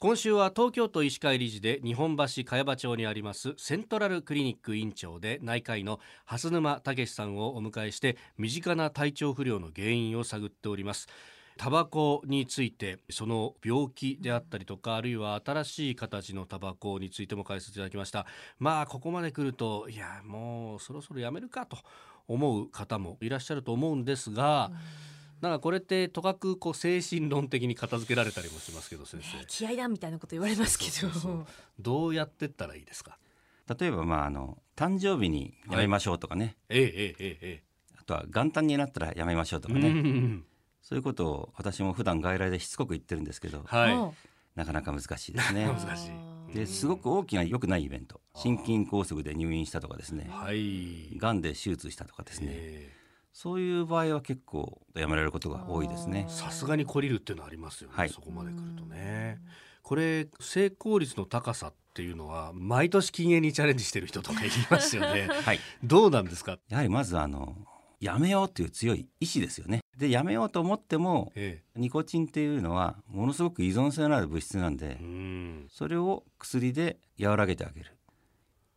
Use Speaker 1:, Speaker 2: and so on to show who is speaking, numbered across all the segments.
Speaker 1: 今週は東京都医師会理事で日本橋茅場町にありますセントラルクリニック院長で内科医の蓮沼武さんをお迎えして身近な体調不良の原因を探っておりますタバコについてその病気であったりとかあるいは新しい形のタバコについても解説いただきましたまあここまで来るといやもうそろそろやめるかと思う方もいらっしゃると思うんですが、なんかこれってとかくこう精神論的に片付けられたりもしますけど先生、
Speaker 2: ね気合だみたいなこと言われますけ
Speaker 1: そう
Speaker 2: ど
Speaker 1: そうそうどうやってったらいいですか
Speaker 3: 例えばまああの誕生日にやめましょうとかね、
Speaker 1: えええええ
Speaker 3: あとは元旦になったらやめましょうと
Speaker 1: え
Speaker 3: かね、
Speaker 1: うん
Speaker 3: そういうことを私も普段外来でしつこく言ってるんですけど
Speaker 1: はい
Speaker 2: も
Speaker 3: なかなか難しいで
Speaker 2: う
Speaker 3: すね
Speaker 1: 難しい
Speaker 2: あー
Speaker 3: ですごく大きな良くないイベント心筋梗塞で入院したとかですね
Speaker 1: はい
Speaker 3: がんで手術したとかですね
Speaker 1: え
Speaker 3: そういう場合は結構やめられることが多いですね
Speaker 1: えさすがに懲りるっていうのはありますよね、
Speaker 3: はい
Speaker 1: そこまで来るとねこれ成功率の高さっていうのは毎年禁煙にチャレンジしてる人とかいますよ ね
Speaker 3: はい
Speaker 1: どうなんですか
Speaker 3: やはりまずあのやめようという強い意志ですよねでやめようと思っても
Speaker 1: え
Speaker 3: ニコチンっていうのはものすごく依存性のある物質なん
Speaker 1: え
Speaker 3: で
Speaker 1: うん
Speaker 3: それを薬で和らげてあげる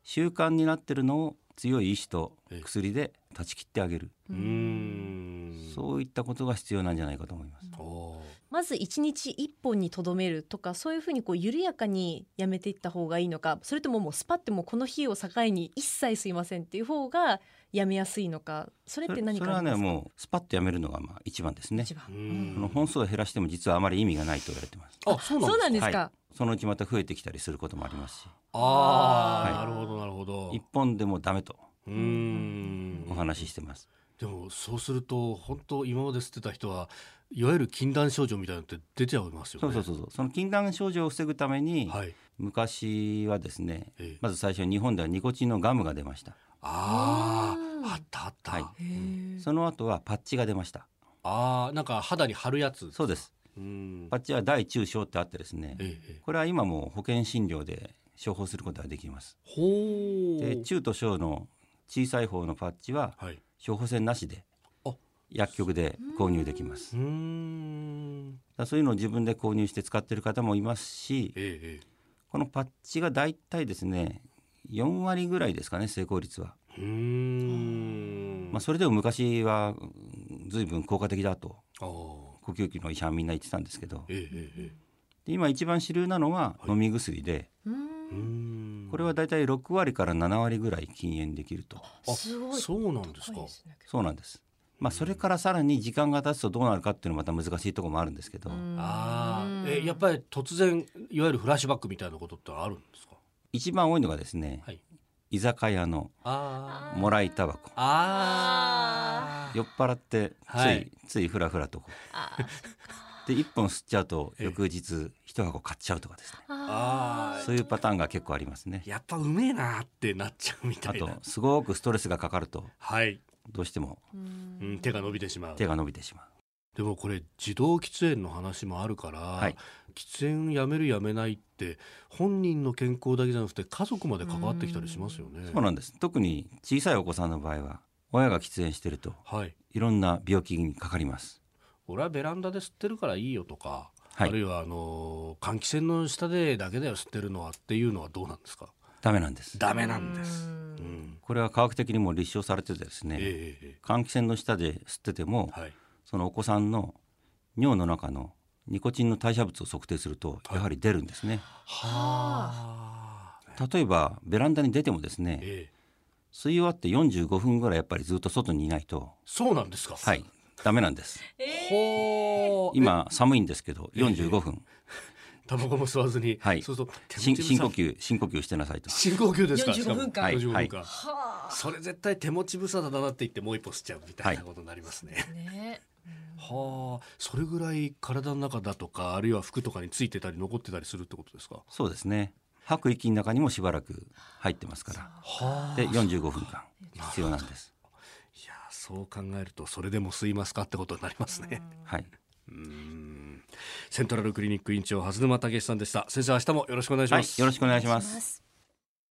Speaker 3: 習慣になってるのを強い意志と薬で断ち切ってあげる
Speaker 1: う
Speaker 2: うん
Speaker 1: ん
Speaker 3: そういったことが必要なんじゃないかと思います
Speaker 1: おー
Speaker 2: まず一日一本にとどめるとかそういうふうにこう緩やかにやめていった方がいいのかそれとももうスパってもうこの日を境に一切すいませんっていう方がやめやすいのかそれっ
Speaker 3: そ
Speaker 2: て
Speaker 3: れ
Speaker 2: 何
Speaker 3: そ
Speaker 2: か
Speaker 3: れ
Speaker 2: あ
Speaker 3: は
Speaker 2: りま
Speaker 3: ね
Speaker 2: すか
Speaker 3: もうスパッとやめるのがまあ一番ですね
Speaker 2: 一番、
Speaker 1: う
Speaker 3: こ
Speaker 1: ん
Speaker 3: の本数を減らしても実はあまり意味がないと言われてます
Speaker 1: あそうなん
Speaker 2: そう
Speaker 1: です
Speaker 2: なんですか、
Speaker 3: はそのうちまた増えてきたりすることもありますし
Speaker 1: ああ、
Speaker 2: はい
Speaker 1: なるほどなるほど
Speaker 3: 一本でもダメと
Speaker 1: うーん
Speaker 3: お話ししてます
Speaker 1: でもそうすると本当今まで吸ってた人はいわゆる禁断症状みたいなのって出ちゃいますよ
Speaker 3: そ
Speaker 1: ね
Speaker 3: うそうそうそうその禁断症状を防ぐために
Speaker 1: はい、
Speaker 3: 昔はですね
Speaker 1: ええ
Speaker 3: まず最初に日本ではニコチンのガムが出ました
Speaker 1: あ
Speaker 2: う
Speaker 1: あ
Speaker 2: ん
Speaker 1: あったあった、
Speaker 3: はい
Speaker 2: へー
Speaker 3: その後はパッチが出ました
Speaker 1: ああなんか肌に貼るやつ
Speaker 3: そうです
Speaker 1: うん
Speaker 3: パッチは大中小ってあってですね
Speaker 1: ええええ
Speaker 3: これは今もう保険診療で処方することができます
Speaker 1: ほ
Speaker 3: で
Speaker 1: う
Speaker 3: 中と小の小さい方のパッチは
Speaker 1: はい
Speaker 3: 処方箋なしで
Speaker 1: あ
Speaker 3: 薬局で購入できます
Speaker 1: うーん
Speaker 3: だからそういうのを自分で購入して使ってる方もいますし
Speaker 1: えええ
Speaker 3: このパッチが大体ですね4割ぐらいですかね成功率は、
Speaker 1: えうーん
Speaker 3: まあ、それでも昔はうん随分効果的だと
Speaker 1: あー
Speaker 3: 呼吸器の医者はみんな言ってたんですけど
Speaker 1: えええええ
Speaker 3: で今一番主流なのは
Speaker 1: はい
Speaker 3: 飲み薬で、
Speaker 1: え
Speaker 2: う
Speaker 1: うんーん
Speaker 3: これは大体6割から7割ぐらい禁煙できると
Speaker 1: あ
Speaker 2: すごい
Speaker 1: そうなんですか
Speaker 2: 高いですね
Speaker 3: そうなんです、まあ、それからさらに時間が経つとどうなるかっていうのもまた難しいところもあるんですけど、
Speaker 2: うん
Speaker 1: ああえやっぱり突然いわゆるフラッシュバックみたいなことってあるんですか
Speaker 3: 一番多いのがですね、
Speaker 1: はい
Speaker 3: 居酒屋の
Speaker 1: あ
Speaker 3: もらいタバコ
Speaker 1: あ
Speaker 3: 酔っ払ってつい、
Speaker 1: はい
Speaker 3: ついふらふらとこう
Speaker 2: あー
Speaker 3: で1本吸っちゃうと
Speaker 1: ええ
Speaker 3: 翌日一箱買っちゃうとかですね
Speaker 1: あー
Speaker 3: そういうパターンが結構ありますね
Speaker 1: やっぱうめえなってなっちゃうみた
Speaker 3: あ
Speaker 1: い
Speaker 3: と
Speaker 1: な
Speaker 3: すごくストレスがかかると
Speaker 1: はい、
Speaker 3: どうしても
Speaker 2: う
Speaker 1: うんん、手が伸びてしまう
Speaker 3: 手が伸びてしまう
Speaker 1: でもこれ自動喫煙の話もあるから、
Speaker 3: い
Speaker 1: 喫煙やめるやめないって本人の健康だけじゃなくて家族まで関わってきたりしますよね
Speaker 3: そうなんです特に小さいお子さんの場合は親が喫煙してると
Speaker 1: はい
Speaker 3: いろんな病気にかかります
Speaker 1: 俺はベランダで吸ってるからいいよとか、
Speaker 3: は
Speaker 1: ある
Speaker 3: い
Speaker 1: いはあの換気扇の下でだけだよ吸ってるのはっていうのはどうなんですか
Speaker 3: ダメなんです
Speaker 1: ダメなんです
Speaker 2: うん
Speaker 1: うん
Speaker 3: これは科学的にも立証されててですね、
Speaker 1: えええ
Speaker 3: 換気扇の下で吸ってても
Speaker 1: えはい
Speaker 3: そのお子さんの尿の中のニコチンの代謝物を測定するとやはり出るんですね、
Speaker 1: はあ、
Speaker 3: 例えばベランダに出てもですね、
Speaker 1: ええ、
Speaker 3: 吸い終わって45分ぐらいやっぱりずっと外にいないと
Speaker 1: そうなんですか
Speaker 3: はいダメなんです
Speaker 1: ほー
Speaker 3: 今寒いんですけど45分
Speaker 1: タバコも吸わずに、
Speaker 3: はい
Speaker 1: そうすると手持
Speaker 3: 深
Speaker 1: ち無
Speaker 3: 深
Speaker 1: さ
Speaker 3: 呼吸深呼吸してなさいと
Speaker 1: 深呼吸ですか
Speaker 2: 45
Speaker 1: しかも
Speaker 2: 分間
Speaker 3: はい
Speaker 1: 45分間
Speaker 2: は
Speaker 1: それ絶対手持ち無沙汰だなって言ってもう一歩吸っちゃうみたいなことになりますね、
Speaker 2: あね
Speaker 1: はあそれぐらい体の中だとかあるいは服とかについてたり残ってたりするってことですか
Speaker 3: そうですね吐く息の中にもしばらく入ってますから
Speaker 1: は
Speaker 3: で
Speaker 1: いや
Speaker 3: 45分間必要なんです
Speaker 1: そう考えるとそれでも吸いますかってことになりますね
Speaker 3: はい
Speaker 1: うんセントラルクリニック院長蓮沼武さんでした先生明日もよろしくお願いし
Speaker 3: は
Speaker 1: ま
Speaker 3: い
Speaker 1: す、
Speaker 3: よろしくお願いします
Speaker 2: す